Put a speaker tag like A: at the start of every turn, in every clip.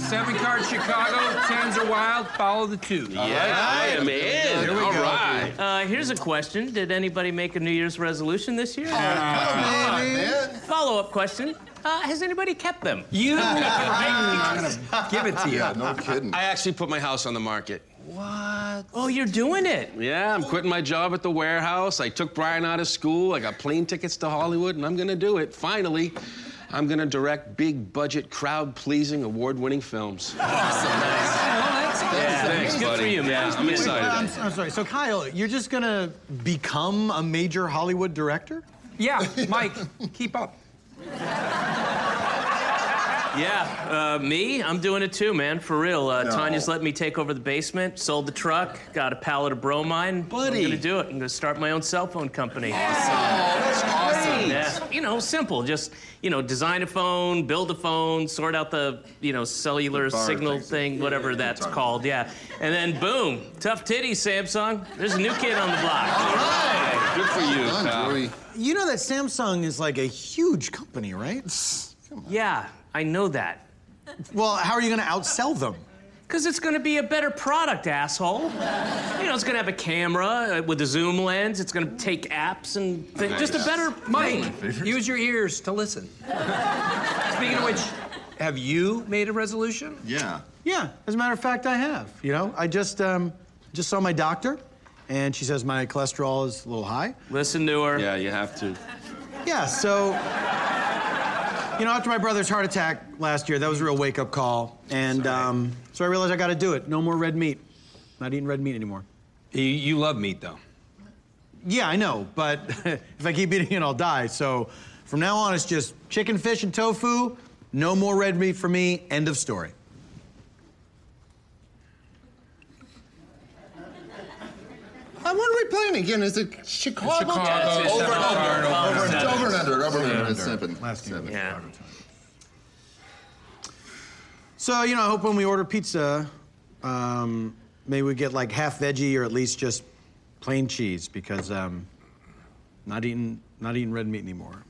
A: Seven card Chicago, tens are wild, follow the two.
B: I am in. All right.
C: Uh, here's a question. Did anybody make a New Year's resolution this year? Follow up question. Uh, has anybody kept them?
A: You, I'm gonna give it to you.
D: No kidding.
B: I actually put my house on the market.
C: Oh, you're doing it.
B: Yeah, I'm quitting my job at the warehouse. I took Brian out of school. I got plane tickets to Hollywood, and I'm gonna do it. Finally, I'm gonna direct big budget, crowd pleasing, award winning films. Thanks,
C: Good for
B: buddy.
C: you, man.
B: I'm
E: I'm,
B: excited.
E: I'm sorry. So, Kyle, you're just gonna become a major Hollywood director?
A: Yeah, Mike, keep up.
C: Yeah, uh, me? I'm doing it too, man. For real. Uh, Tanya's let me take over the basement, sold the truck, got a pallet of bromine.
B: Buddy.
C: I'm gonna do it. I'm gonna start my own cell phone company.
B: That's awesome.
C: Yeah. You know, simple. Just, you know, design a phone, build a phone, sort out the, you know, cellular
D: bar
C: signal
D: things.
C: thing, whatever that's called. Yeah. And then boom, tough titty, Samsung. There's a new kid on the block.
B: Good for you,
D: Done,
B: pal.
D: Joey.
E: You know that Samsung is like a huge company, right?
C: Yeah, I know that.
E: Well, how are you gonna outsell them?
C: Because it's going to be a better product, asshole. You know, it's going to have a camera uh, with a zoom lens. It's going to take apps and thi- just a better
A: Mike, use your ears to listen. Speaking of which, have you made a resolution?
D: Yeah.
E: Yeah, as a matter of fact, I have. You know, I just um, just saw my doctor, and she says my cholesterol is a little high.
C: Listen to her.
B: Yeah, you have to.
E: Yeah, so you know, after my brother's heart attack last year, that was a real wake-up call, and um, so I realized I got to do it. No more red meat. Not eating red meat anymore.
A: You, you love meat, though.
E: Yeah, I know, but if I keep eating it, I'll die. So from now on, it's just chicken, fish, and tofu. No more red meat for me. End of story.
D: Uh, what are we playing again? Is it Chicago?
A: Chicago,
D: Over and
A: Chicago,
D: over. Over and
C: seven.
D: over and under. Over and under. Seven.
E: Last game.
D: Seven.
C: Yeah.
E: So you know, I hope when we order pizza, um, maybe we get like half veggie or at least just plain cheese because um, not eating not eating red meat anymore.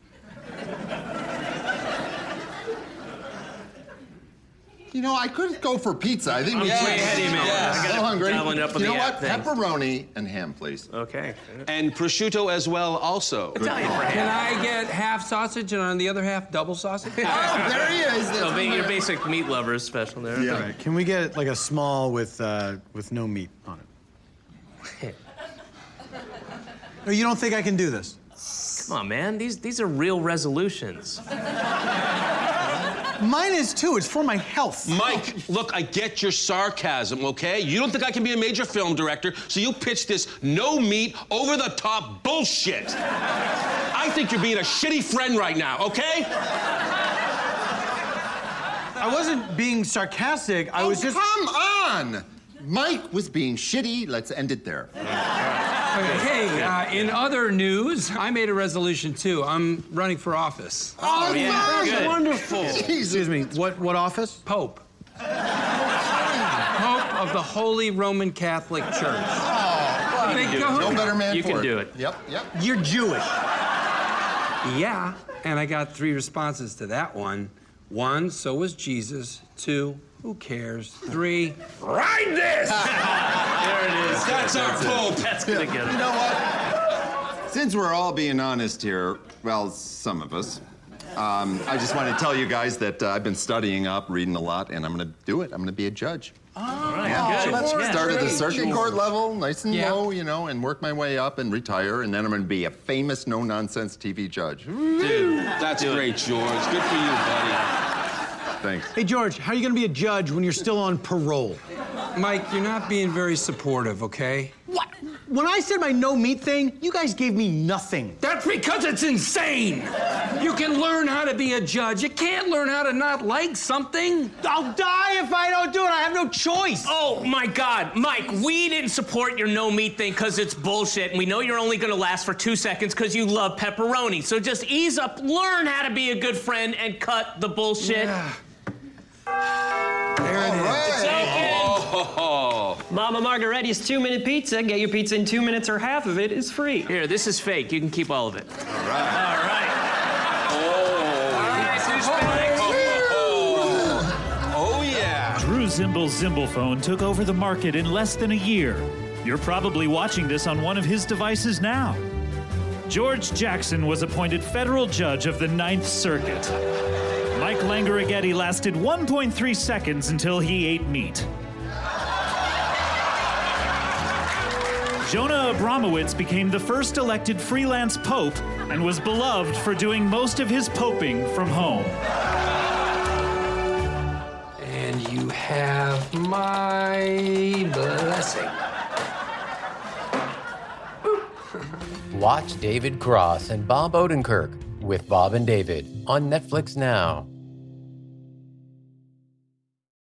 D: You know, I could go for pizza. I think we
C: Yeah,
D: should.
C: way ahead of you, man. I
D: I'm
C: gotta
D: so hungry.
C: dial it up with
D: you know
C: the
D: what?
C: app thing.
D: Pepperoni and ham, please.
C: Okay.
B: And prosciutto as well, also.
C: Italian for
A: Can
C: him.
A: I get half sausage and on the other half double sausage?
D: Oh, there he is. That's
C: So, being
D: my-
C: your basic meat lover is special there.
D: Yeah.
E: All right, can we get like a small with uh, with no meat on it? No, you don't think I can do this?
C: Come on, man. These these are real resolutions.
E: Mine is too. It's for my health.
B: Mike, look, I get your sarcasm, okay? You don't think I can be a major film director, so you pitch this no meat, over the top bullshit. I think you're being a shitty friend right now, okay?
E: I wasn't being sarcastic. I was just.
D: Oh, Come on! Mike was being shitty. Let's end it there.
A: Hey, uh, in other news, I made a resolution too. I'm running for office.
D: Oh,
C: yeah,
D: nice.
C: good.
B: Wonderful.
D: Jesus.
E: Excuse me. What what office?
A: Pope. Pope of the Holy Roman Catholic Church. Big
D: No
A: kahuna.
D: better man
C: You
D: for
C: can
D: it.
C: do it.
D: Yep, yep.
E: You're Jewish.
A: Yeah, and I got three responses to that one. One, so was Jesus. Two, who cares? Three, ride this!
C: There it is.
B: That's our Pope.
C: That's gonna get
D: You
C: it.
D: know what? Since we're all being honest here, well, some of us, Um, I just want to tell you guys that uh, I've been studying up, reading a lot, and I'm going to do it. I'm going to be a judge.
C: All right,
D: Yeah.
C: good. Yeah.
D: Start at the circuit court level, nice and
C: Yeah.
D: low, you know, and work my way up and retire, and then I'm going to be a famous no nonsense TV judge.
B: Dude, that's great, George. Good for you, buddy.
D: Thanks.
E: Hey, George, how are you going to be a judge when you're still on parole?
A: Mike, you're not being very supportive, okay?
E: What? When I said my no meat thing, you guys gave me nothing.
A: That's because it's insane. You can learn how to be a judge. You can't learn how to not like something.
E: I'll die if I don't do it. I have no choice.
C: Oh my God, Mike, we didn't support your no meat thing because it's bullshit. And we know you're only gonna last for two seconds because you love pepperoni. So just ease up, learn how to be a good friend, and cut the bullshit.
D: All right.
B: Oh,
F: Mama Margaretti's two minute pizza. Get your pizza in two minutes or half of it is free.
C: Here, this is fake. You can keep all of it. All right. All right.
B: oh yeah.
G: Drew Zimble's Zimblefone took over the market in less than a year. You're probably watching this on one of his devices now. George Jackson was appointed federal judge of the Ninth Circuit. Mike Langarigetti lasted 1.3 seconds until he ate meat. Jonah Abramowitz became the first elected freelance pope and was beloved for doing most of his poping from home.
A: And you have my blessing.
H: Watch David Cross and Bob Odenkirk with Bob and David on Netflix now.